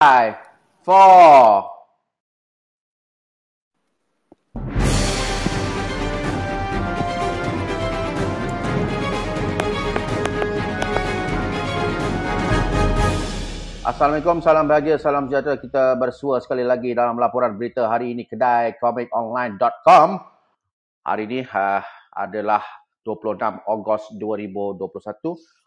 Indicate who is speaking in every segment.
Speaker 1: five, four. Assalamualaikum, salam bahagia, salam sejahtera. Kita bersua sekali lagi dalam laporan berita hari ini kedai komikonline.com. Hari ini uh, adalah 26 Ogos 2021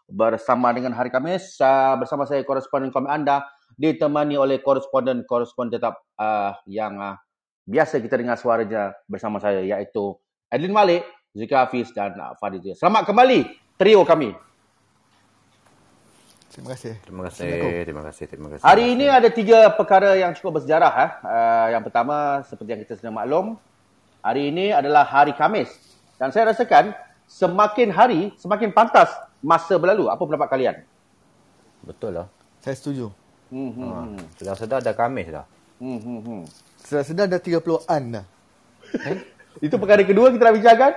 Speaker 1: bersama dengan hari Khamis uh, bersama saya koresponden kami anda ditemani oleh koresponden-koresponden tetap uh, yang uh, biasa kita dengar suaranya bersama saya iaitu Adlin Malik, Zikri Hafiz dan uh, Fadil. Selamat kembali trio kami.
Speaker 2: Terima kasih.
Speaker 3: Terima kasih, terima kasih, terima kasih.
Speaker 1: Hari ini ada tiga perkara yang cukup bersejarah. Eh. Uh, yang pertama, seperti yang kita sedang maklum, hari ini adalah hari Khamis. Dan saya rasakan semakin hari, semakin pantas masa berlalu. Apa pendapat kalian?
Speaker 3: Betul lah.
Speaker 2: Saya setuju.
Speaker 1: Hmm, hmm,
Speaker 3: Hmm. Sedang sedar dah Khamis dah.
Speaker 1: hmm, hmm, hmm.
Speaker 2: Sedar-sedar dah 30-an dah.
Speaker 1: Itu perkara kedua kita nak bincangkan.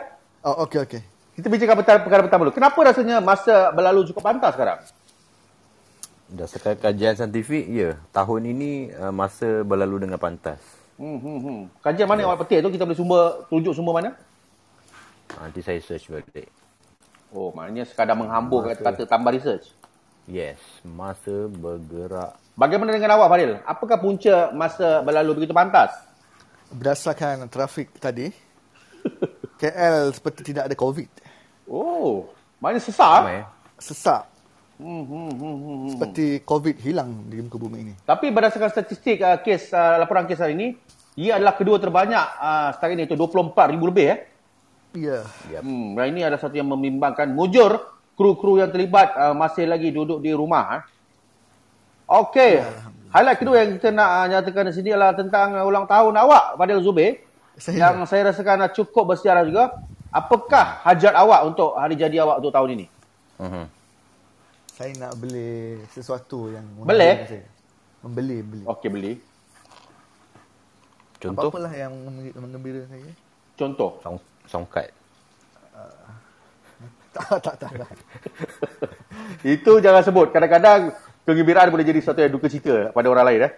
Speaker 2: Oh, okey, okey.
Speaker 1: Kita bincangkan perkara, perkara pertama dulu. Kenapa rasanya masa berlalu cukup pantas sekarang?
Speaker 3: Berdasarkan kajian saintifik, ya, tahun ini uh, masa berlalu dengan pantas.
Speaker 1: Hmm, hmm, hmm. Kajian mana yang awak petik tu kita boleh sumber, tunjuk sumber mana?
Speaker 3: Ah, Nanti saya search balik.
Speaker 1: Oh, maknanya sekadar menghambur kata, kata tambah research.
Speaker 3: Yes, masa bergerak.
Speaker 1: Bagaimana dengan awak Faril? Apakah punca masa berlalu begitu pantas?
Speaker 2: Berdasarkan trafik tadi, KL seperti tidak ada COVID.
Speaker 1: Oh, maknanya sesar.
Speaker 3: Ramai, eh?
Speaker 2: Sesak.
Speaker 1: Hmm, hmm, hmm, hmm. hmm.
Speaker 2: Seperti COVID hilang di muka bumi ini.
Speaker 1: Tapi berdasarkan statistik uh, kes uh, laporan kes hari ini, ia adalah kedua terbanyak uh, setakat ini itu 24,000 lebih eh.
Speaker 2: Ya.
Speaker 3: Yep.
Speaker 1: Hmm, dan ini adalah satu yang membimbangkan. Mujur, kru-kru yang terlibat uh, masih lagi duduk di rumah. Eh. Okey, highlight kedua yang kita nak uh, nyatakan di sini adalah tentang uh, ulang tahun awak, Fadil Zubir.
Speaker 2: Saya.
Speaker 1: Yang saya rasakan uh, cukup bersejarah juga. Apakah hajat awak untuk hari jadi awak untuk tahun ini?
Speaker 3: Mhm.
Speaker 2: Saya nak beli sesuatu yang...
Speaker 1: Beli?
Speaker 2: menghargai saya. Membeli, beli.
Speaker 1: Okey, beli.
Speaker 3: Contoh,
Speaker 2: Apa-apalah yang menge- menggembira saya.
Speaker 1: Contoh.
Speaker 3: sound, sound card.
Speaker 2: Tak, tak, tak. tak.
Speaker 1: Itu jangan sebut. Kadang-kadang kegembiraan boleh jadi satu yang duka cita pada orang lain. Eh.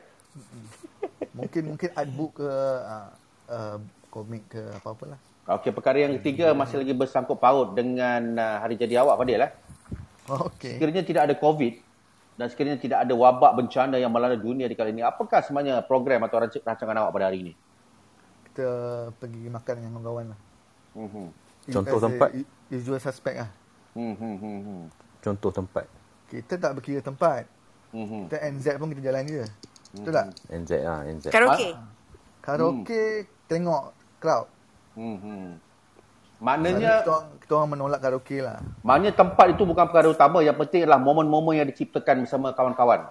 Speaker 2: Mungkin mungkin artbook ke, uh, uh, komik ke, apa-apalah.
Speaker 1: Okey, perkara yang ketiga masih lagi bersangkut paut dengan uh, hari jadi awak, Fadil. Eh.
Speaker 2: Oh, okey.
Speaker 1: sekiranya tidak ada COVID dan sekiranya tidak ada wabak bencana yang melanda dunia di kali ini, apakah sebenarnya program atau ranc- rancangan awak pada hari ini?
Speaker 2: Kita pergi makan dengan kawan-kawan lah.
Speaker 1: Hmm,
Speaker 3: Contoh
Speaker 2: As a
Speaker 3: tempat.
Speaker 2: u- Usual suspect lah.
Speaker 1: hmm, hmm, hmm, hmm.
Speaker 3: Contoh tempat.
Speaker 2: Kita tak berkira tempat.
Speaker 1: Hmm, hmm.
Speaker 2: Kita NZ pun kita jalan je. Betul tak?
Speaker 3: NZ lah, NZ.
Speaker 1: Kan
Speaker 4: Karaoke.
Speaker 2: Karaoke tengok crowd.
Speaker 1: Hmm, hmm. Maknanya,
Speaker 2: Maknanya kita orang, kita orang menolak karaoke lah.
Speaker 1: maknanya tempat itu bukan perkara utama. Yang penting adalah momen-momen yang diciptakan bersama kawan-kawan.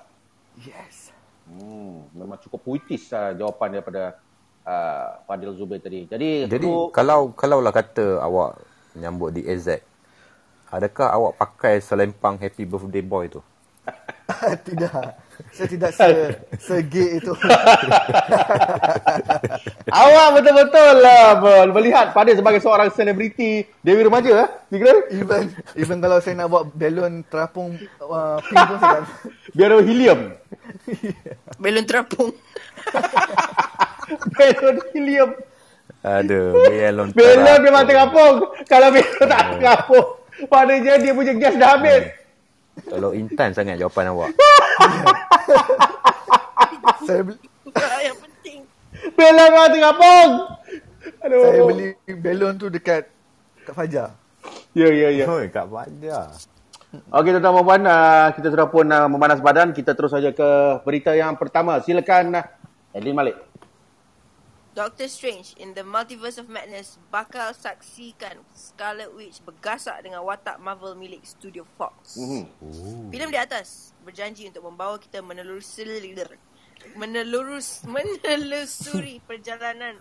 Speaker 2: Yes.
Speaker 1: Hmm, memang cukup puitis uh, jawapan daripada uh, Fadil Zubir tadi. Jadi,
Speaker 3: Jadi
Speaker 1: tu-
Speaker 3: kalau kalaulah kata awak menyambut di AZ, adakah awak pakai selempang Happy Birthday Boy tu?
Speaker 2: tidak. Saya tidak se segay itu.
Speaker 1: awak betul-betul lah Bol, melihat Fadil sebagai seorang selebriti Dewi Remaja. eh? Kira-kira
Speaker 2: even even kalau saya nak buat balon terapung uh, pink pun saya tak.
Speaker 1: biar helium.
Speaker 4: Belum terapung.
Speaker 1: Belon helium.
Speaker 3: Ada,
Speaker 1: Belon
Speaker 3: Belon. Terapung.
Speaker 1: memang terapung. Kalau belon tak terapung, maknanya dia punya gas dah habis.
Speaker 3: Kalau intan sangat jawapan awak.
Speaker 2: Saya beli,
Speaker 4: Itulah yang penting.
Speaker 1: Belon memang terapung. Aduh.
Speaker 2: saya beli balon tu dekat Kak Fajar.
Speaker 1: Ya, ya, ya.
Speaker 3: Oi, Kak Fajar.
Speaker 1: Okey, tuan-tuan dan puan-puan, ah, kita sudah pun ah, memanas badan. Kita terus saja ke berita yang pertama. Silakan ah, Adlin Malik.
Speaker 4: Doctor Strange in the Multiverse of Madness bakal saksikan Scarlet Witch bergasak dengan watak Marvel milik studio Fox.
Speaker 1: Mhm.
Speaker 4: Filem di atas berjanji untuk membawa kita menelusuri menelurus menelusuri perjalanan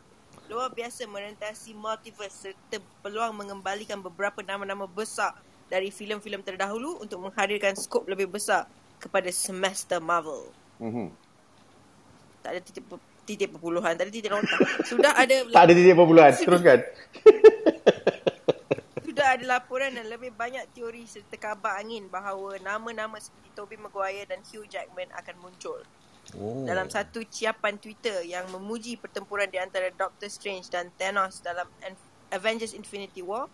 Speaker 4: luar biasa merentasi multiverse serta peluang mengembalikan beberapa nama-nama besar dari filem-filem terdahulu untuk menghadirkan skop lebih besar kepada semester Marvel.
Speaker 1: Mhm.
Speaker 4: Tak ada titik pe- titik perpuluhan, tak ada titik lontar. Sudah ada lah-
Speaker 1: Tak ada titik perpuluhan. Teruskan.
Speaker 4: sudah ada laporan dan lebih banyak teori serta kabar angin bahawa nama-nama seperti Tobey Maguire dan Hugh Jackman akan muncul.
Speaker 3: Oh.
Speaker 4: dalam satu ciapan Twitter yang memuji pertempuran di antara Doctor Strange dan Thanos dalam An- Avengers Infinity War.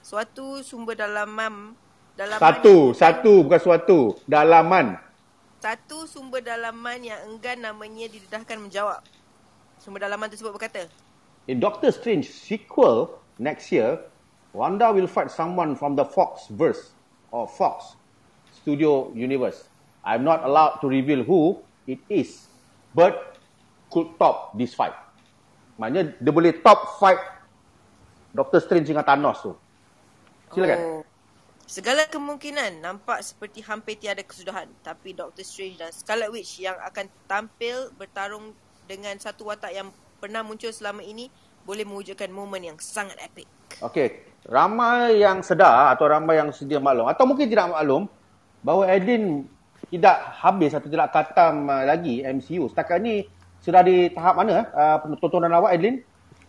Speaker 4: Suatu sumber dalaman dalaman
Speaker 1: Satu, satu bukan suatu. Dalaman.
Speaker 4: Satu sumber dalaman yang enggan namanya didedahkan menjawab. Sumber dalaman tersebut berkata,
Speaker 1: In Doctor Strange sequel next year, Wanda will fight someone from the Foxverse or Fox Studio Universe. I'm not allowed to reveal who it is, but could top this fight. Maknanya dia boleh top fight Doctor Strange dengan Thanos tu. Silakan.
Speaker 4: Oh. Segala kemungkinan nampak seperti hampir tiada kesudahan. Tapi Doctor Strange dan Scarlet Witch yang akan tampil bertarung dengan satu watak yang pernah muncul selama ini boleh mewujudkan momen yang sangat epic.
Speaker 1: Okey, ramai yang sedar atau ramai yang sedia maklum atau mungkin tidak maklum bahawa Edlin tidak habis atau tidak khatam uh, lagi MCU. Setakat ni sudah di tahap mana uh, tontonan awak Edlin?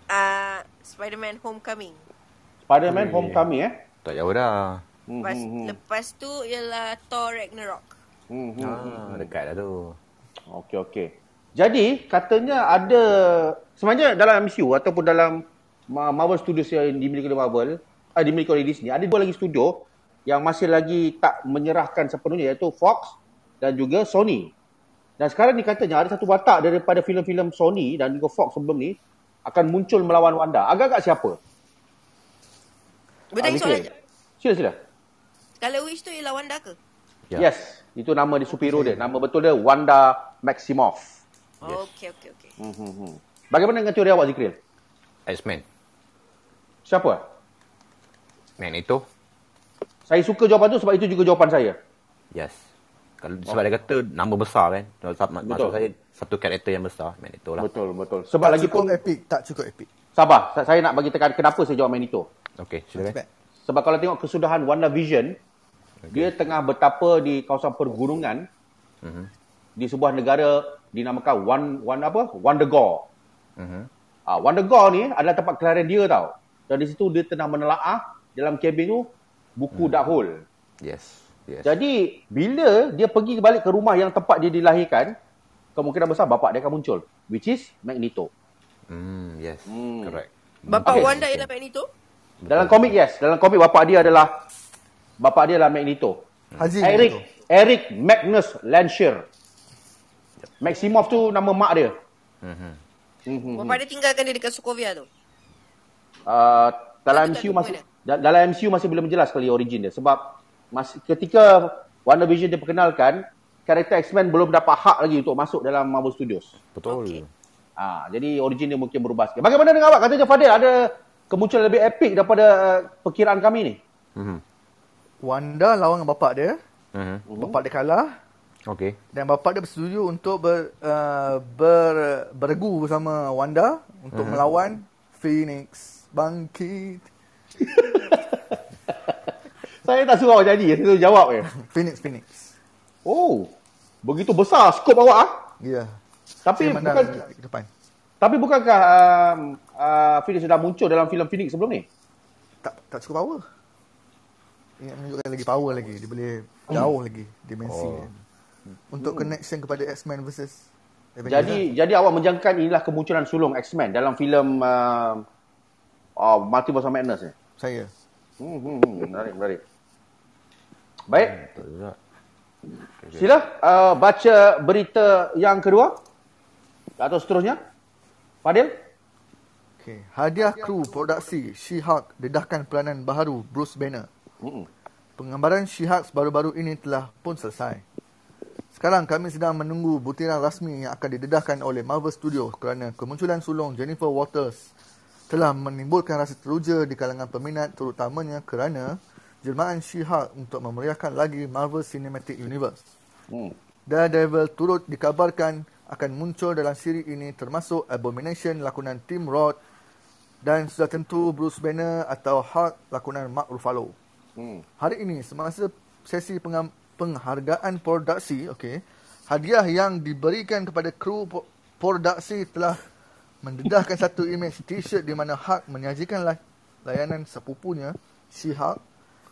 Speaker 4: Uh, Spider-Man Homecoming.
Speaker 1: Spider-Man Homecoming eh.
Speaker 3: Tak jauh dah.
Speaker 4: Lepas, mm-hmm. lepas tu ialah Thor Ragnarok.
Speaker 1: Hmm. hmm.
Speaker 3: Ah, dekat dah tu.
Speaker 1: Okey okey. Jadi katanya ada sebenarnya dalam MCU ataupun dalam Ma- Marvel Studios yang dimiliki oleh Marvel, ah, dimiliki oleh Disney, ada dua lagi studio yang masih lagi tak menyerahkan sepenuhnya iaitu Fox dan juga Sony. Dan sekarang ni katanya ada satu watak daripada filem-filem Sony dan juga Fox sebelum ni akan muncul melawan Wanda. Agak-agak siapa?
Speaker 4: Betul
Speaker 1: Ah,
Speaker 4: soalan
Speaker 1: fikir. Sila sila.
Speaker 4: Scarlet Witch tu ialah Wanda ke?
Speaker 3: Ya.
Speaker 1: Yes, itu nama dia superhero dia. Nama betul dia Wanda Maximoff.
Speaker 4: Yes. Okey okey okey.
Speaker 1: Mhm. Bagaimana dengan teori awak Zikril?
Speaker 3: X-Men.
Speaker 1: Siapa?
Speaker 3: Magneto.
Speaker 1: Saya suka jawapan tu sebab itu juga jawapan saya.
Speaker 3: Yes. Kalau sebab dia kata nama besar kan. Kalau sa- mak-
Speaker 1: Betul.
Speaker 3: Maksud saya satu karakter yang besar Magneto lah.
Speaker 1: Betul, betul.
Speaker 2: Tak
Speaker 1: Sebab lagi
Speaker 2: cukup eh.
Speaker 1: pun
Speaker 2: epic, tak cukup epic.
Speaker 1: sabar, sa- saya nak bagi tekan kenapa saya jawab Magneto.
Speaker 3: Okey,
Speaker 2: Not
Speaker 3: silakan.
Speaker 2: bad.
Speaker 1: Sebab kalau tengok kesudahan WandaVision, okay. dia tengah bertapa di kawasan pergunungan
Speaker 3: Mhm.
Speaker 1: di sebuah negara dinamakan Wan Wan apa? Wandagore.
Speaker 3: Mhm.
Speaker 1: Ah, Wandagore ni adalah tempat kelahiran dia tau. Dan di situ dia tengah menelaah dalam kabin tu buku hmm. Darkhold.
Speaker 3: Yes. Yes.
Speaker 1: Jadi bila dia pergi balik ke rumah yang tempat dia dilahirkan, kemungkinan besar bapak dia akan muncul, which is Magneto.
Speaker 3: Hmm, yes.
Speaker 1: Hmm.
Speaker 3: Correct.
Speaker 4: Bapa
Speaker 1: Okey. Hmm,
Speaker 4: Wanda ialah Magneto?
Speaker 1: Dalam komik yes, dalam komik bapa dia adalah bapa dia adalah Magneto.
Speaker 2: Haji
Speaker 1: Eric Eric Magnus Lansher. Maximoff tu nama mak dia.
Speaker 3: Mhm.
Speaker 1: Mhm.
Speaker 4: Bapa dia tinggalkan dia dekat Sokovia tu.
Speaker 1: Uh, dalam
Speaker 4: Itu tak
Speaker 1: MCU masih
Speaker 4: ada
Speaker 1: da- dalam MCU masih belum jelas sekali origin dia sebab masih ketika WandaVision diperkenalkan karakter X-Men belum dapat hak lagi untuk masuk dalam Marvel Studios.
Speaker 3: Betul.
Speaker 4: Okey.
Speaker 1: Ah, jadi origin dia mungkin berubah sikit. Bagaimana dengan awak? Katanya Fadil ada kemunculan lebih epic daripada uh, perkiraan kami ni.
Speaker 3: Mhm.
Speaker 2: Wanda lawan dengan bapak dia.
Speaker 3: Mhm.
Speaker 2: Bapak dia kalah
Speaker 3: Okey.
Speaker 2: dan bapak dia bersetuju untuk ber, uh, ber beregu bersama Wanda untuk melawan Phoenix bangkit.
Speaker 1: Saya tak suruh awak janji, saya suruh jawab je.
Speaker 2: Phoenix Phoenix.
Speaker 1: Oh, begitu besar skop awak ah.
Speaker 2: Ya. Yeah.
Speaker 1: Tapi
Speaker 2: Saya
Speaker 1: bukan
Speaker 2: menang ke depan.
Speaker 1: tapi bukankah um, uh, Phoenix sudah muncul dalam filem Phoenix sebelum ni?
Speaker 2: Tak tak cukup power. Dia nak menunjukkan lagi power lagi. Dia boleh jauh lagi dimensi
Speaker 3: Oh.
Speaker 2: oh. Untuk connection kepada X-Men versus Avengers
Speaker 1: Jadi
Speaker 2: lah.
Speaker 1: jadi awak menjangkan inilah kemunculan sulung X-Men dalam filem uh, oh, Multiverse of Madness ni.
Speaker 2: saya
Speaker 1: Hmm, hmm, hmm. menarik, menarik. Baik,
Speaker 3: Betul juga.
Speaker 1: sila uh, baca berita yang kedua atau seterusnya. Fadil?
Speaker 2: Okay. Hadiah kru produksi She-Hulk dedahkan peranan baru Bruce Banner.
Speaker 1: Hmm.
Speaker 2: Penggambaran She-Hulk baru-baru ini telah pun selesai. Sekarang kami sedang menunggu butiran rasmi yang akan didedahkan oleh Marvel Studios kerana kemunculan sulung Jennifer Walters telah menimbulkan rasa teruja di kalangan peminat terutamanya kerana jelmaan She-Hulk untuk memeriahkan lagi Marvel Cinematic Universe.
Speaker 1: Hmm.
Speaker 2: Daredevil turut dikabarkan akan muncul dalam siri ini termasuk Abomination lakonan Tim Roth dan sudah tentu Bruce Banner atau Hulk lakonan Mark Ruffalo.
Speaker 1: Hmm.
Speaker 2: Hari ini semasa sesi pengam- penghargaan produksi, okey, hadiah yang diberikan kepada kru po- produksi telah mendedahkan satu imej t-shirt di mana Hulk menyajikan lay- layanan sepupunya, si Hulk,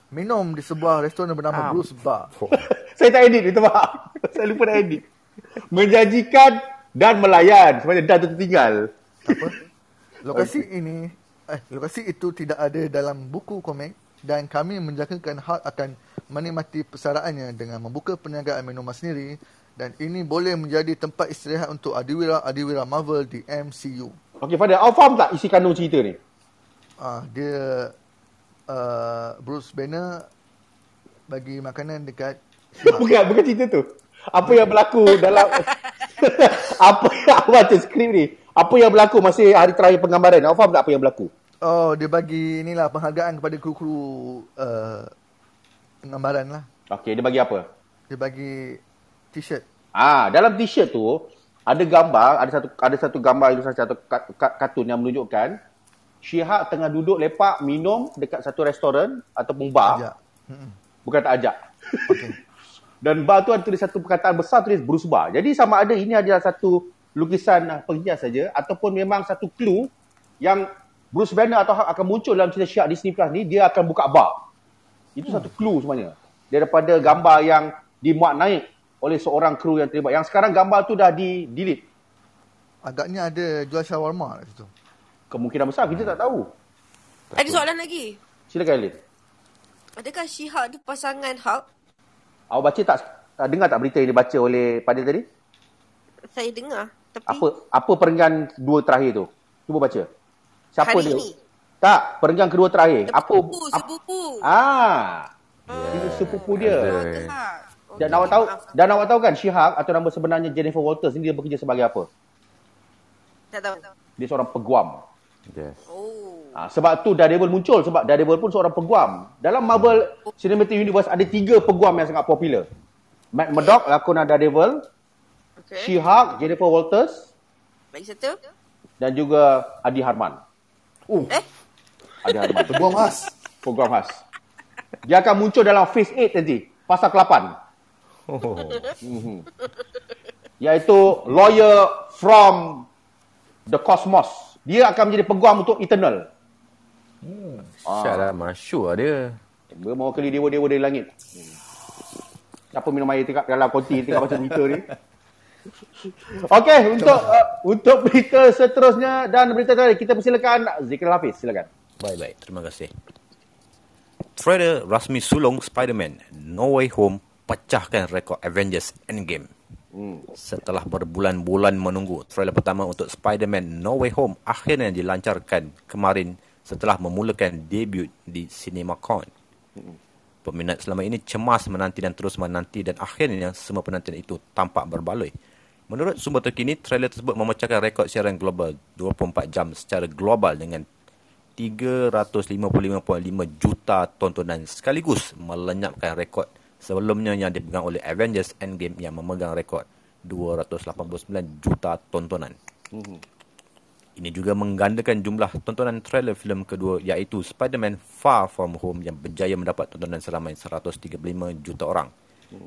Speaker 2: minum di sebuah restoran bernama Bruce Bar.
Speaker 1: Saya tak edit itu, Pak. Saya lupa nak edit. menjanjikan dan melayan. Sebenarnya dan tertinggal.
Speaker 2: Apa? Lokasi ini eh, lokasi itu tidak ada dalam buku komik dan kami menjangkakan Hulk akan menikmati pesaraannya dengan membuka perniagaan minuman sendiri dan ini boleh menjadi tempat istirahat untuk adiwira-adiwira Marvel di MCU.
Speaker 1: Okey, Fadil, awak faham tak isi kandung cerita ni?
Speaker 2: Ah, dia uh, Bruce Banner bagi makanan dekat
Speaker 1: bukan, bukan cerita tu. Apa yang berlaku dalam apa yang awak tu skrip ni? Apa yang berlaku masa hari terakhir penggambaran? Awak faham tak apa yang berlaku?
Speaker 2: Oh, dia bagi inilah penghargaan kepada kru-kru uh, penggambaran lah.
Speaker 1: Okey, dia bagi apa?
Speaker 2: Dia bagi t-shirt.
Speaker 1: Ah, dalam t-shirt tu ada gambar, ada satu ada satu gambar itu satu kat- kat- kartun yang menunjukkan Syihak tengah duduk lepak minum dekat satu restoran ataupun bar.
Speaker 2: Sekejap.
Speaker 1: Bukan tak ajak. Dan bar tu ada tulis satu perkataan besar tulis Bruce Bar. Jadi sama ada ini adalah satu lukisan ah, penghias saja ataupun memang satu clue yang Bruce Banner atau Hulk akan muncul dalam cerita Syak Disney Plus ni dia akan buka bar. Itu satu clue sebenarnya. Daripada gambar yang dimuat naik oleh seorang kru yang terlibat. Yang sekarang gambar tu dah di delete.
Speaker 2: Agaknya ada jual shawarma kat situ.
Speaker 1: Kemungkinan besar kita tak tahu.
Speaker 4: Ada soalan lagi.
Speaker 1: Silakan Elin.
Speaker 4: Adakah She-Hulk tu pasangan Hulk?
Speaker 1: Awak baca tak ah, dengar tak berita yang dibaca oleh Padil tadi?
Speaker 4: Saya dengar. Tapi
Speaker 1: Apa apa perenggan dua terakhir tu? Cuba baca. Siapa dia?
Speaker 4: Hari ni?
Speaker 1: Tak, perenggan kedua terakhir.
Speaker 4: Tapi
Speaker 1: Apa
Speaker 4: sepupu,
Speaker 1: apa-
Speaker 4: sepupu.
Speaker 1: Ah. Dia sepupu dia.
Speaker 3: Ada.
Speaker 4: Walter Hulk.
Speaker 1: Dan
Speaker 4: Okey,
Speaker 1: awak tahu
Speaker 4: maaf.
Speaker 1: dan awak tahu kan Shihab atau nama sebenarnya Jennifer Walters ni dia bekerja sebagai apa?
Speaker 4: Tak tahu.
Speaker 1: Dia seorang peguam.
Speaker 3: Yes.
Speaker 4: Oh.
Speaker 1: Ha, sebab tu Daredevil muncul sebab Daredevil pun seorang peguam. Dalam Marvel Cinematic Universe ada tiga peguam yang sangat popular. Matt Murdock lakonan Daredevil,
Speaker 4: Okay.
Speaker 1: She-Hulk, Jennifer Walters
Speaker 4: Lagi satu.
Speaker 1: dan juga Adi Harman.
Speaker 2: Oh,
Speaker 4: Eh?
Speaker 1: Adi Harman,
Speaker 2: peguam khas.
Speaker 1: peguam khas. Dia akan muncul dalam Phase 8 nanti, pasal ke-8.
Speaker 3: Oh.
Speaker 1: iaitu lawyer from the cosmos. Dia akan menjadi peguam untuk Eternal. Ah.
Speaker 3: Syah lah, masyur lah dia.
Speaker 1: Bermau kali dewa-dewa dari langit. Hmm. Siapa minum air tengah dalam konti tengah baca berita ni? Okey, untuk uh, untuk berita seterusnya dan berita terakhir kita persilakan Zikri Hafiz, silakan.
Speaker 3: Baik-baik, terima kasih. Trailer rasmi sulung Spider-Man No Way Home pecahkan rekod Avengers Endgame. Hmm. Setelah berbulan-bulan menunggu, trailer pertama untuk Spider-Man No Way Home akhirnya dilancarkan kemarin setelah memulakan debut di CinemaCon. Peminat selama ini cemas menanti dan terus menanti dan akhirnya semua penantian itu tampak berbaloi. Menurut sumber terkini, trailer tersebut memecahkan rekod siaran global 24 jam secara global dengan 355.5 juta tontonan sekaligus melenyapkan rekod sebelumnya yang dipegang oleh Avengers Endgame yang memegang rekod 289 juta tontonan. Ini juga menggandakan jumlah tontonan trailer filem kedua iaitu Spider-Man Far From Home yang berjaya mendapat tontonan seramai 135 juta orang.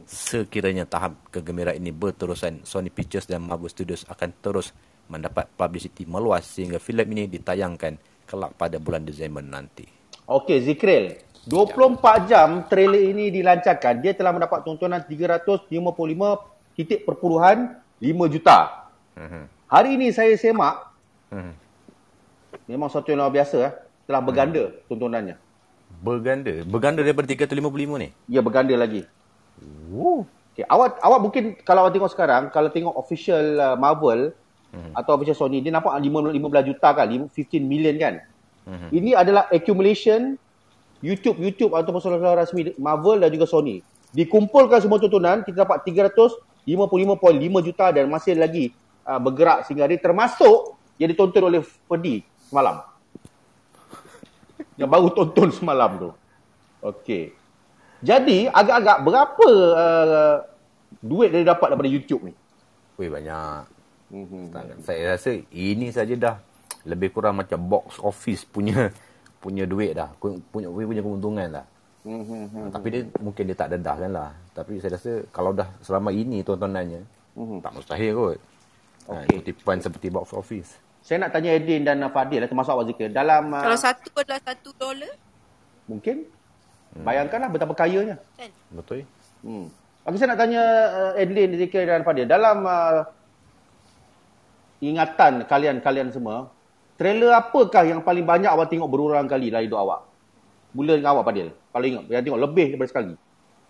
Speaker 3: Sekiranya tahap kegembiraan ini berterusan, Sony Pictures dan Marvel Studios akan terus mendapat publicity meluas sehingga filem ini ditayangkan kelak pada bulan Disember nanti.
Speaker 1: Okey, Zikril. 24 jam trailer ini dilancarkan. Dia telah mendapat tontonan 355 titik perpuluhan 5 juta. Hari ini saya semak. Memang satu yang luar biasa. Eh. Telah berganda tontonannya.
Speaker 3: Berganda. Berganda daripada 355 ni.
Speaker 1: Ya, berganda lagi.
Speaker 3: Woo.
Speaker 1: Okay, awak awak mungkin kalau awak tengok sekarang, kalau tengok official uh, Marvel atau official Sony, dia nampak 15, 15 juta kan, lim- 15 million kan. Ini adalah accumulation YouTube YouTube ataupun saluran rasmi Marvel dan juga Sony. Dikumpulkan semua tontonan, kita dapat 355.5 juta dan masih lagi uh, bergerak sehingga hari termasuk yang ditonton oleh Ferdi semalam. yang baru tonton semalam tu. Okey. Jadi agak-agak berapa uh, duit dia dapat daripada YouTube ni?
Speaker 3: Weh banyak. Tak, saya rasa ini saja dah lebih kurang macam box office punya punya duit dah. Punya punya, punya keuntungan lah.
Speaker 1: Hmm,
Speaker 3: Tapi dia mungkin dia tak dedah kan lah. Tapi saya rasa kalau dah selama ini tontonannya tak mustahil kot.
Speaker 1: Okey.
Speaker 3: Okay. Ha, kutipan seperti box office.
Speaker 1: Saya nak tanya Edin dan Fadil lah termasuk awak Zikir dalam uh,
Speaker 4: Kalau satu adalah satu dolar.
Speaker 1: mungkin bayangkanlah betapa kayanya.
Speaker 4: Kan?
Speaker 3: Betul?
Speaker 1: Hmm. Okey, saya nak tanya uh, Edlin, Zikir dan Fadil. Dalam uh, ingatan kalian-kalian semua, trailer apakah yang paling banyak awak tengok berulang kali dalam hidup awak? Mula dengan awak, Fadil. Paling ingat, yang tengok lebih daripada sekali.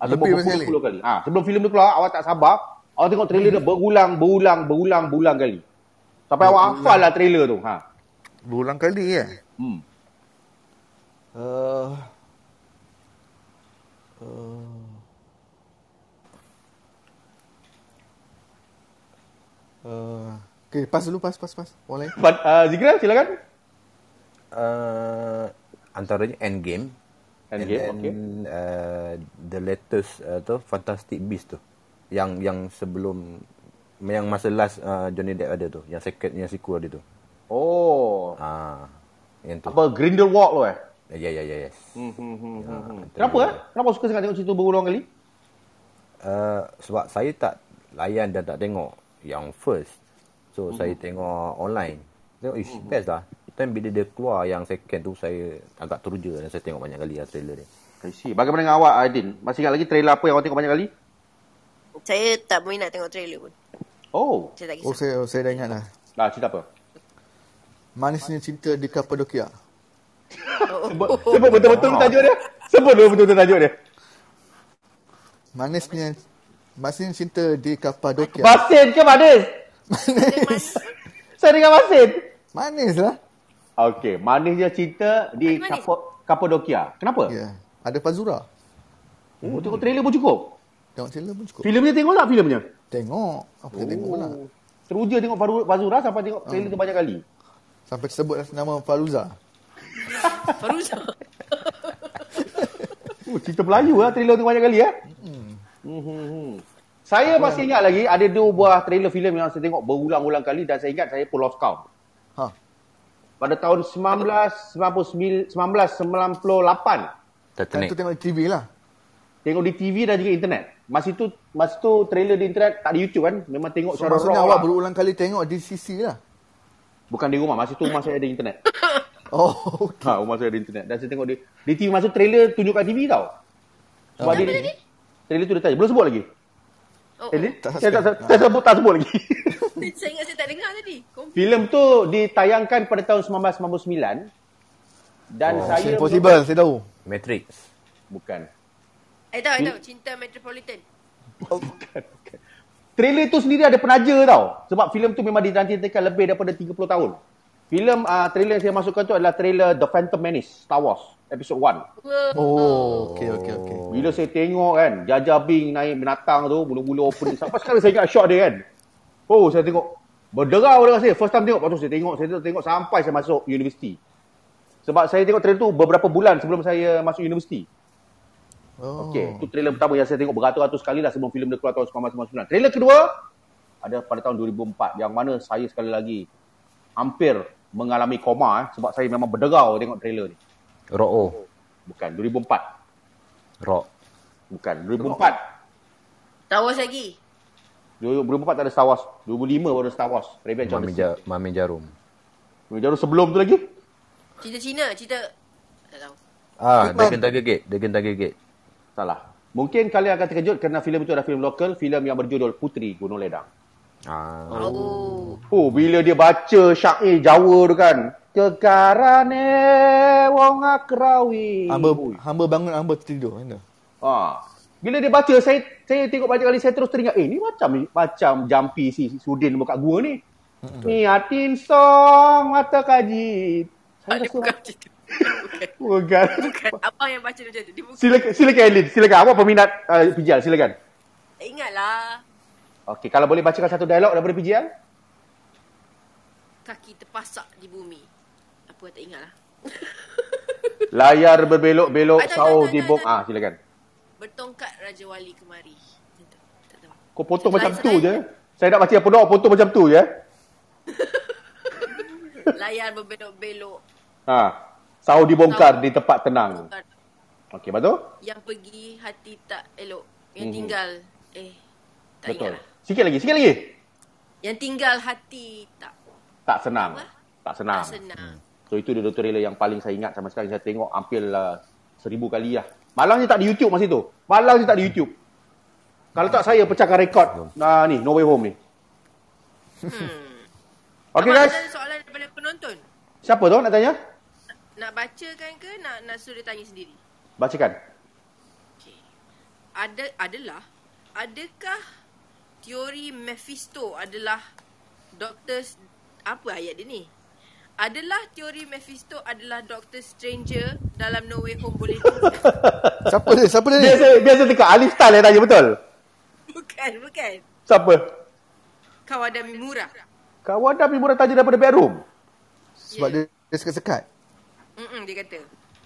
Speaker 1: Atau
Speaker 2: Lebih daripada
Speaker 1: berpuluh-puluh kali. Ha, sebelum filem tu keluar, awak tak sabar. Awak tengok trailer dia berulang, berulang, berulang, berulang kali. Sampai
Speaker 2: Hmm.
Speaker 1: awak hafal lah trailer tu. Ha.
Speaker 5: Berulang kali eh.
Speaker 1: Hmm.
Speaker 2: Uh, uh, uh, okay, pas dulu, pas, pas, pas. Orang lain.
Speaker 1: Fad- Uh, Zikir, silakan.
Speaker 3: Uh, antaranya Endgame.
Speaker 1: Endgame,
Speaker 3: and,
Speaker 1: okey.
Speaker 3: and, uh, the latest uh, tu Fantastic Beast tu. Yang yang sebelum yang masa last uh, Johnny Depp ada tu, yang second yang sequel dia tu.
Speaker 1: Oh.
Speaker 3: Ah, yang tu.
Speaker 1: Apa, Grindelwald tu eh?
Speaker 3: Ya ya ya yes.
Speaker 1: Hmm, hmm, hmm, hmm, hmm.
Speaker 3: Itu
Speaker 1: Kenapa
Speaker 3: dia.
Speaker 1: eh? Kenapa suka sangat tengok cerita berulang kali?
Speaker 3: Uh, sebab saya tak layan dan tak tengok yang first.
Speaker 1: Hmm,
Speaker 3: So mm-hmm. saya tengok online. Tengok ish mm-hmm. best lah. Time bila dia keluar yang second tu saya agak teruja dan saya tengok banyak kali lah trailer dia.
Speaker 1: I see. Bagaimana dengan awak, Aidin? Masih ingat lagi trailer apa yang awak tengok banyak kali?
Speaker 4: Saya tak minat tengok trailer pun.
Speaker 1: Oh.
Speaker 4: Saya tak
Speaker 2: Oh,
Speaker 4: kisah.
Speaker 2: saya, oh, saya dah ingat dah.
Speaker 1: Nah, cerita apa?
Speaker 2: Manisnya cinta di Kapadokia.
Speaker 1: Sebut, sebut betul-betul tajuk dia. Sebut betul-betul tajuk dia.
Speaker 2: Manisnya Manisnya cinta di Kapadokia.
Speaker 1: Ya. Masin ke manis?
Speaker 2: Manis.
Speaker 1: Saya dengar masin.
Speaker 2: Manis lah.
Speaker 1: Okey, manisnya cerita di
Speaker 4: Manis, manis.
Speaker 1: Kapo, Kapadokia. Kenapa?
Speaker 2: Ya. Yeah. Ada Fazura.
Speaker 1: Oh, tengok trailer pun cukup.
Speaker 2: Tengok trailer pun cukup.
Speaker 1: Filem dia tengok tak filmnya?
Speaker 2: Tengok. Apa oh. tengok pula.
Speaker 1: Oh. Teruja tengok Faru- Fazura sampai tengok trailer tu banyak kali.
Speaker 2: Sampai sebut nama Faruza.
Speaker 4: Faruza.
Speaker 1: Oh, cerita Melayu lah trailer tu banyak kali eh. Hmm. Saya masih ingat lagi ada dua buah trailer filem yang saya tengok berulang-ulang kali dan saya ingat saya pun lost count.
Speaker 2: Ha.
Speaker 1: Pada tahun 1999 1998
Speaker 2: Kan
Speaker 3: Titanic.
Speaker 2: tu tengok TV lah.
Speaker 1: tengok di TV dan juga internet. Masa itu masa tu trailer di internet tak di YouTube kan. Memang tengok
Speaker 2: So,
Speaker 1: secara
Speaker 2: maksudnya
Speaker 1: raw
Speaker 2: awak
Speaker 1: lah.
Speaker 2: berulang kali tengok di CC lah.
Speaker 1: Bukan di rumah. Masa tu rumah saya ada internet.
Speaker 2: Oh,
Speaker 1: ha, rumah saya ada internet. Dan saya tengok di di TV masa tu trailer tunjuk kat TV tau. Sebab dia, trailer tu dia tanya. Belum sebut lagi.
Speaker 4: Oh,
Speaker 1: Jadi,
Speaker 2: Tak
Speaker 1: saya tak,
Speaker 2: subscribe.
Speaker 1: saya sebut tak sebut lagi.
Speaker 4: saya ingat saya tak dengar tadi. Kom-
Speaker 1: Filem tu ditayangkan pada tahun 1999 dan oh,
Speaker 2: Mission
Speaker 1: saya
Speaker 2: Impossible, saya tahu.
Speaker 3: Matrix.
Speaker 1: bukan.
Speaker 4: I Eh, tahu, I tahu. Cinta Metropolitan.
Speaker 1: Trailer tu sendiri ada penaja tau. Sebab filem tu memang dinantikan lebih daripada 30 tahun. Filem uh, trailer yang saya masukkan tu adalah trailer The Phantom Menace, Star Wars, episode 1.
Speaker 4: Wah.
Speaker 2: Oh, okey okey okey.
Speaker 1: Bila saya tengok kan, Jaja Bing naik binatang tu, bulu-bulu opening. Sampai sekarang saya ingat shot dia kan. Oh, saya tengok. Berderau dengan saya. First time tengok, lepas tu saya tengok, saya tengok, tengok sampai saya masuk universiti. Sebab saya tengok trailer tu beberapa bulan sebelum saya masuk universiti.
Speaker 2: Oh.
Speaker 1: Okey, itu trailer pertama yang saya tengok beratus-ratus kali lah sebelum filem dia keluar tahun 1999. Trailer kedua ada pada tahun 2004 yang mana saya sekali lagi hampir mengalami koma eh, sebab saya memang berderau tengok trailer ni.
Speaker 3: Rock O.
Speaker 1: Bukan 2004.
Speaker 3: Rock.
Speaker 1: Bukan 2004.
Speaker 4: Star Wars lagi.
Speaker 1: 2004 tak ada Star Wars. 2005 baru Star Wars. Revenge of the
Speaker 3: Mami,
Speaker 1: Sith.
Speaker 3: ja, Mami Jarum.
Speaker 1: Mami Jarum sebelum tu lagi.
Speaker 4: Cinta Cina. Cinta... Tak tahu.
Speaker 3: Ah,
Speaker 2: Hitman.
Speaker 3: Dragon Tiger Gate. Dragon Tiger Gate.
Speaker 1: Salah. Mungkin kalian akan terkejut kerana filem itu adalah filem lokal, filem yang berjudul Putri Gunung Ledang.
Speaker 3: Ah,
Speaker 4: Oh.
Speaker 1: Oh, bila dia baca syair Jawa tu kan. Kekarane wong akrawi.
Speaker 2: Hamba hamba bangun hamba tidur kan tu.
Speaker 1: Ha. Bila dia baca, saya saya tengok banyak kali, saya terus teringat, eh ni macam macam jampi si si Sudin muka gua ni. Ni atin song mata kaji.
Speaker 4: Ah,
Speaker 1: Saya
Speaker 4: dia
Speaker 1: rasa
Speaker 4: bukan macam tu.
Speaker 1: bukan.
Speaker 4: Bukan. Abang yang baca macam tu. Dia bukan.
Speaker 1: Silakan silakan Elin, silakan. Awak peminat uh, PJL, silakan.
Speaker 4: Ingatlah.
Speaker 1: Okey, kalau boleh bacakan satu dialog daripada PJL.
Speaker 4: Kaki terpasak di bumi. Apa tak ingat lah.
Speaker 1: Layar berbelok-belok
Speaker 4: Ah, tak,
Speaker 1: sauh
Speaker 4: tak, tak,
Speaker 1: di
Speaker 4: tak,
Speaker 1: bom.
Speaker 4: tak.
Speaker 1: Ah, silakan.
Speaker 4: Bertongkat Raja Wali kemari. Macam tu. Tak tahu.
Speaker 1: Kau potong
Speaker 4: Selain-
Speaker 1: macam tu
Speaker 4: selain-
Speaker 1: je. Saya nak baca yang penuh, potong macam tu je.
Speaker 4: Layar berbelok-belok.
Speaker 1: Ha. Sauh dibongkar di tempat tenang.
Speaker 4: Bukan.
Speaker 1: Okey, lepas tu?
Speaker 4: Yang pergi hati tak elok. Yang tinggal. Eh. Tak ingat
Speaker 1: Betul.
Speaker 4: lah.
Speaker 1: Sikit lagi, sikit lagi.
Speaker 4: Yang tinggal hati tak.
Speaker 1: Tak senang.
Speaker 4: Apa?
Speaker 1: Tak senang.
Speaker 4: Tak senang.
Speaker 1: So itu dua trailer yang paling saya ingat sampai sekarang saya tengok uh, hampir lah seribu kali lah. Malang je tak di YouTube masa itu. Malang je tak di YouTube. Kalau tak saya pecahkan rekod nah, ni No Way Home ni.
Speaker 4: Hmm.
Speaker 1: Okay
Speaker 4: Abang,
Speaker 1: guys,
Speaker 4: ada soalan daripada penonton.
Speaker 1: siapa tu nak tanya?
Speaker 4: Nak bacakan ke nak nak suruh dia tanya sendiri?
Speaker 1: Bacakan.
Speaker 4: Hmm. Okey. Ada adalah adakah teori Mephisto adalah Doctor S- apa ayat dia ni? Adalah teori Mephisto adalah Doctor Stranger dalam No Way Home boleh tunggu?
Speaker 2: Siapa dia? Siapa dia ni?
Speaker 1: Biasa biasa tengok Alif Style yang tanya betul.
Speaker 4: bukan, bukan.
Speaker 1: Siapa?
Speaker 4: Kawada Mimura.
Speaker 1: Kawan dah murah tanya daripada bedroom.
Speaker 2: Sebab dia, dia sekat-sekat.
Speaker 4: Mm-mm, dia kata.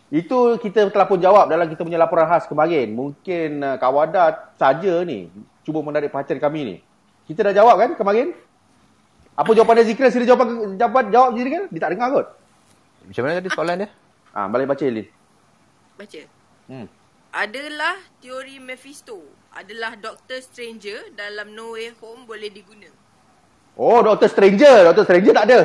Speaker 1: Itu kita telah pun jawab dalam kita punya laporan khas kemarin. Mungkin uh, Kawada saja ni cuba menarik perhatian kami ni. Kita dah jawab kan kemarin? Apa jawapan dia Zikran? Sila jawapan, jawapan jawab sendiri kan? Dia tak dengar kot.
Speaker 3: Macam mana tadi soalan dia?
Speaker 1: Ah, balik baca Elin.
Speaker 4: Baca.
Speaker 1: Hmm.
Speaker 4: Adalah teori Mephisto adalah Doctor Stranger dalam No Way Home boleh diguna.
Speaker 1: Oh, Dr. Stranger. Dr. Stranger tak ada.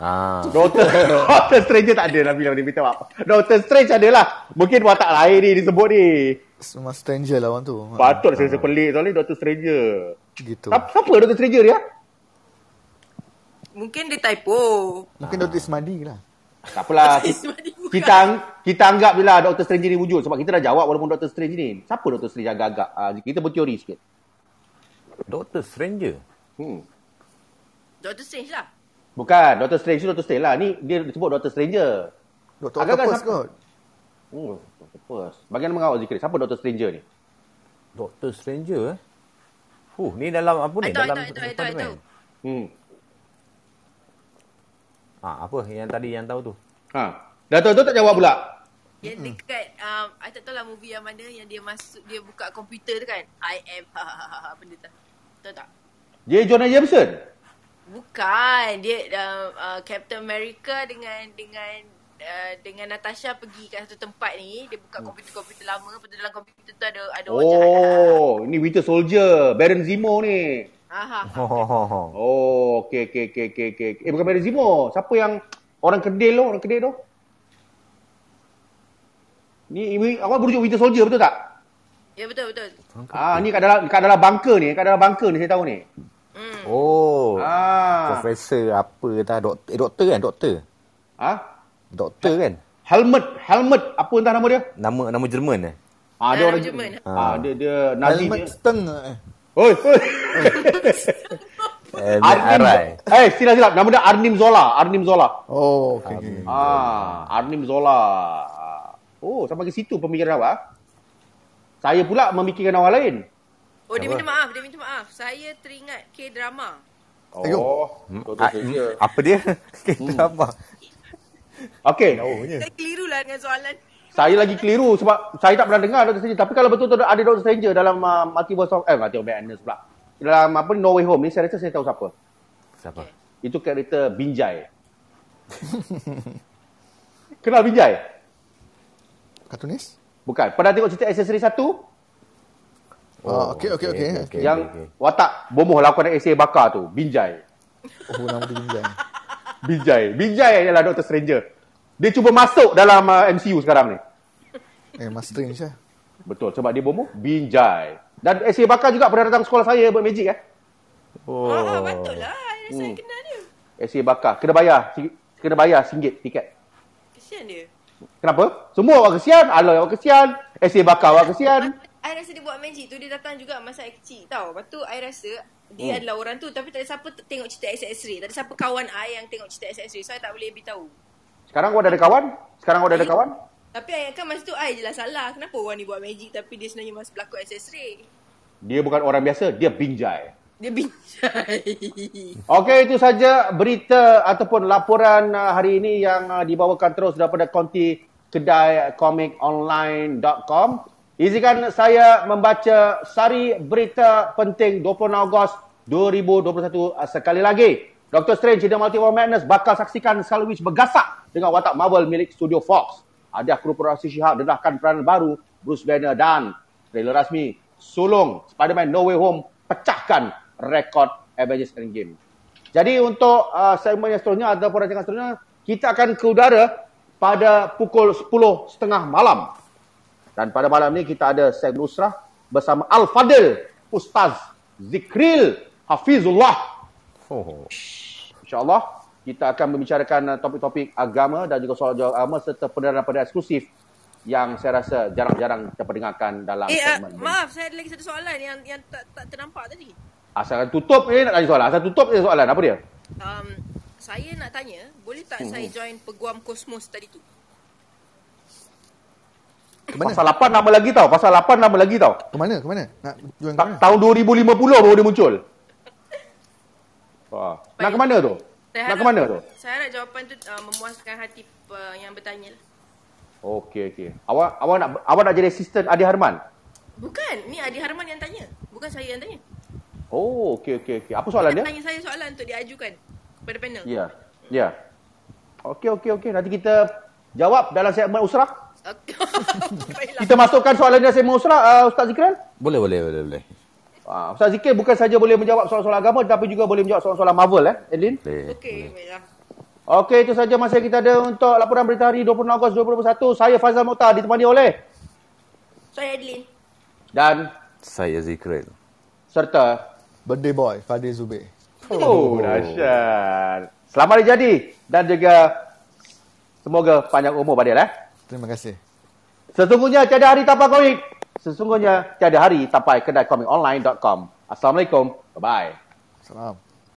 Speaker 3: Ah.
Speaker 1: Doctor, Doctor Strange tak ada lah bila dia minta maaf. Doctor Strange ada lah. Mungkin watak lain ni disebut ni.
Speaker 2: Semua stranger lah orang tu. Ha,
Speaker 1: Patut saya rasa pelik soalnya Doctor Strange.
Speaker 2: gitu.
Speaker 1: Siapa, siapa Doctor ya? Strange dia?
Speaker 4: Mungkin dia typo.
Speaker 2: Mungkin Dr. Ismadi lah.
Speaker 1: Tak apalah.
Speaker 4: Bukan.
Speaker 1: kita ang- kita anggap bila Doctor Strange ni wujud sebab kita dah jawab walaupun Doctor Strange ni. Siapa Doctor Strange agak-agak? Ah, kita berteori sikit.
Speaker 3: Doctor Stranger.
Speaker 1: Hmm.
Speaker 4: Doctor Strange lah.
Speaker 1: Bukan, Doctor Strange tu Doctor Strange lah. Ni dia disebut Doctor Stranger.
Speaker 2: Dr.
Speaker 1: Agak-agak
Speaker 2: Octopus
Speaker 1: siapa-
Speaker 2: kot.
Speaker 1: Hmm, Octopus. Bagian mengawal zikir. Siapa Doctor Stranger ni?
Speaker 3: Doctor Stranger eh? Huh, ni dalam apa ni?
Speaker 4: I tahu, I
Speaker 3: dalam
Speaker 4: tahu, I tahu, I tahu, I tahu.
Speaker 1: Hmm.
Speaker 3: Ah, apa yang tadi yang tahu tu?
Speaker 1: Ha. Dato tu tak jawab pula.
Speaker 4: Yang dekat um, I tak tahu lah movie yang mana yang dia masuk dia buka komputer tu kan. I am ha benda tu. Tahu tak?
Speaker 1: Dia Jonah Jameson.
Speaker 4: Bukan dia um, uh, Captain America dengan dengan uh, dengan Natasha pergi kat satu tempat ni dia buka komputer-komputer lama lepas tu dalam komputer tu ada ada orang jahat.
Speaker 1: Oh, ni Winter Soldier, Baron Zemo ni.
Speaker 4: Ha ha.
Speaker 3: Ho ho ho. ho.
Speaker 1: Oh, okey okey okey okey okey. Eh bukan Baron Zemo, siapa yang orang kedil tu, orang kedil tu? Ni ini awal berujuk Winter Soldier betul tak?
Speaker 4: Ya betul betul.
Speaker 1: Ah ni kat dalam kat dalam bunker ni, kat dalam bunker ni saya tahu ni.
Speaker 4: Hmm.
Speaker 3: Oh.
Speaker 1: Ah.
Speaker 3: Profesor apa dah doktor eh, doktor kan doktor.
Speaker 1: Ha?
Speaker 3: Doktor kan.
Speaker 1: Helmet, helmet apa entah nama dia?
Speaker 3: Nama nama Jerman eh.
Speaker 1: Ah dia
Speaker 4: Dalam
Speaker 1: orang
Speaker 4: Jerman.
Speaker 1: Ah dia dia Nazi
Speaker 2: Helmet
Speaker 1: dia.
Speaker 2: Steng eh.
Speaker 1: Oi. oi.
Speaker 3: Eh,
Speaker 1: Arnim.
Speaker 3: Arai.
Speaker 1: Eh silap silap nama dia Arnim Zola, Arnim Zola.
Speaker 2: Oh, okay. okay.
Speaker 1: Ah,
Speaker 2: Hmm.
Speaker 1: Arnim Zola. Oh, sampai ke situ pemikiran awak. ah? Saya pula memikirkan orang lain.
Speaker 4: Oh dia minta maaf, dia minta maaf. Saya teringat K-drama.
Speaker 2: Ayo.
Speaker 3: Hmm, ah, hmm, apa dia?
Speaker 1: Hmm.
Speaker 3: Kita apa?
Speaker 1: Okey.
Speaker 2: Ya.
Speaker 4: Saya keliru lah dengan soalan.
Speaker 1: Saya lagi keliru sebab saya tak pernah dengar Doctor Stranger. Tapi kalau betul tu ada Doctor Stranger dalam uh, Multiverse of eh Multiverse of Madness pula. Dalam apa No Way Home ni saya rasa saya tahu siapa.
Speaker 3: Siapa?
Speaker 1: Itu karakter Binjai. Kenal Binjai?
Speaker 2: Kartunis?
Speaker 1: Bukan. Pernah tengok cerita aksesori satu?
Speaker 3: Oh,
Speaker 2: Ah, okey, okey, okey.
Speaker 1: Okay, yang okay, watak bomoh lakukan esei bakar tu. Binjai.
Speaker 2: Oh, nama dia Binjai.
Speaker 1: Bijay. Bijay adalah Doctor Stranger. Dia cuba masuk dalam uh, MCU sekarang ni.
Speaker 2: Eh, Mas Strange lah.
Speaker 1: Betul. Sebab dia bomoh. Binjai. Dan S.A. Bakar juga pernah datang sekolah saya buat magic eh.
Speaker 4: Oh, oh betul lah. I rasa hmm. kenal dia.
Speaker 1: S.A. Bakar. Kena bayar. Si- Kena bayar singgit tiket.
Speaker 4: Kesian dia.
Speaker 1: Kenapa? Semua orang kesian. Aloy orang kesian. S.A. Bakar orang kesian.
Speaker 4: I rasa dia buat magic tu dia datang juga masa I kecil tau. Lepas tu I rasa dia hmm. adalah orang tu tapi tak ada siapa t- tengok cerita X-Ray. Tak ada siapa kawan I yang tengok cerita X-Ray. So I tak boleh beritahu.
Speaker 1: Sekarang kau dah ada kawan? Sekarang kau dah ada kawan?
Speaker 4: Tapi I kan masa tu I je lah salah. Kenapa orang ni buat magic tapi dia sebenarnya masih pelakon X-Ray.
Speaker 1: Dia bukan orang biasa. Dia Binjai.
Speaker 4: Dia bincang.
Speaker 1: Okey, itu saja berita ataupun laporan uh, hari ini yang uh, dibawakan terus daripada konti kedai comiconline.com. Izinkan saya membaca sari berita penting 26 Ogos 2021 uh, sekali lagi. Dr. Strange in the Multiverse Madness bakal saksikan Salwich bergasak dengan watak Marvel milik studio Fox. Hadiah korporasi Syihab dedahkan peranan baru Bruce Banner dan trailer rasmi sulung Spider-Man No Way Home pecahkan rekod Avengers Endgame. Jadi untuk uh, segmen yang seterusnya ataupun rancangan seterusnya, kita akan ke udara pada pukul 10.30 malam. Dan pada malam ni kita ada segmen usrah bersama Al-Fadil Ustaz Zikril Hafizullah.
Speaker 3: Oh.
Speaker 1: InsyaAllah kita akan membicarakan uh, topik-topik agama dan juga soal jawab agama serta pendedahan-pendedahan eksklusif yang saya rasa jarang-jarang kita perdengarkan dalam
Speaker 4: Eh, ah,
Speaker 1: segmen ini.
Speaker 4: maaf, saya ada lagi satu soalan yang yang tak, tak ternampak tadi.
Speaker 1: Asalkan tutup je nak tanya soalan. Asal tutup je soalan. Apa dia?
Speaker 4: Um, saya nak tanya, boleh tak
Speaker 1: Hmm,
Speaker 4: saya join peguam kosmos tadi tu?
Speaker 2: Ke mana?
Speaker 1: Pasal 8 nama lagi tau. Pasal 8 nama lagi tau.
Speaker 2: Ke mana? Ke mana? Nak join ke
Speaker 1: Ta-
Speaker 2: mana?
Speaker 1: tahun 2050 baru dia muncul. Wah. Nak
Speaker 4: Baik.
Speaker 1: ke mana tu?
Speaker 4: Saya
Speaker 1: Nak ke mana tu?
Speaker 4: Saya harap jawapan tu uh, memuaskan hati uh, yang bertanya lah.
Speaker 1: Okey okey. Awak awak nak awak nak jadi assistant Adi Harman.
Speaker 4: Bukan, ni Adi Harman yang tanya. Bukan saya yang tanya.
Speaker 1: Oh okey okey okey. Apa soalan dia?
Speaker 4: Tanya saya soalan untuk diajukan kepada panel.
Speaker 1: Ya. Ya. Okey okey okey. Nanti kita jawab dalam segmen usrah.
Speaker 4: Okay. Baiklah.
Speaker 1: Kita masukkan soalan dia segmen usrah uh, Ustaz Zikran.
Speaker 3: Boleh, boleh, boleh, boleh.
Speaker 1: Uh, Ustaz Zikran bukan saja boleh menjawab soalan-soalan agama tapi juga boleh menjawab soalan-soalan Marvel eh, Edlin.
Speaker 3: Boleh.
Speaker 4: Okey, baiklah.
Speaker 1: Okey, itu saja masa kita ada untuk laporan berita hari 20 Ogos 2021. Saya Fazal Mokhtar ditemani oleh
Speaker 4: Saya Adeline.
Speaker 1: dan
Speaker 3: Saya Zikril.
Speaker 1: serta
Speaker 2: Birthday boy, Fadil Zubir.
Speaker 1: Oh, dahsyat. Selamat hari jadi dan juga semoga panjang umur pada eh.
Speaker 2: Terima kasih.
Speaker 1: Sesungguhnya tiada hari tanpa komik. Sesungguhnya tiada hari tanpa kedai komik online.com. Assalamualaikum. Bye-bye.
Speaker 2: Salam.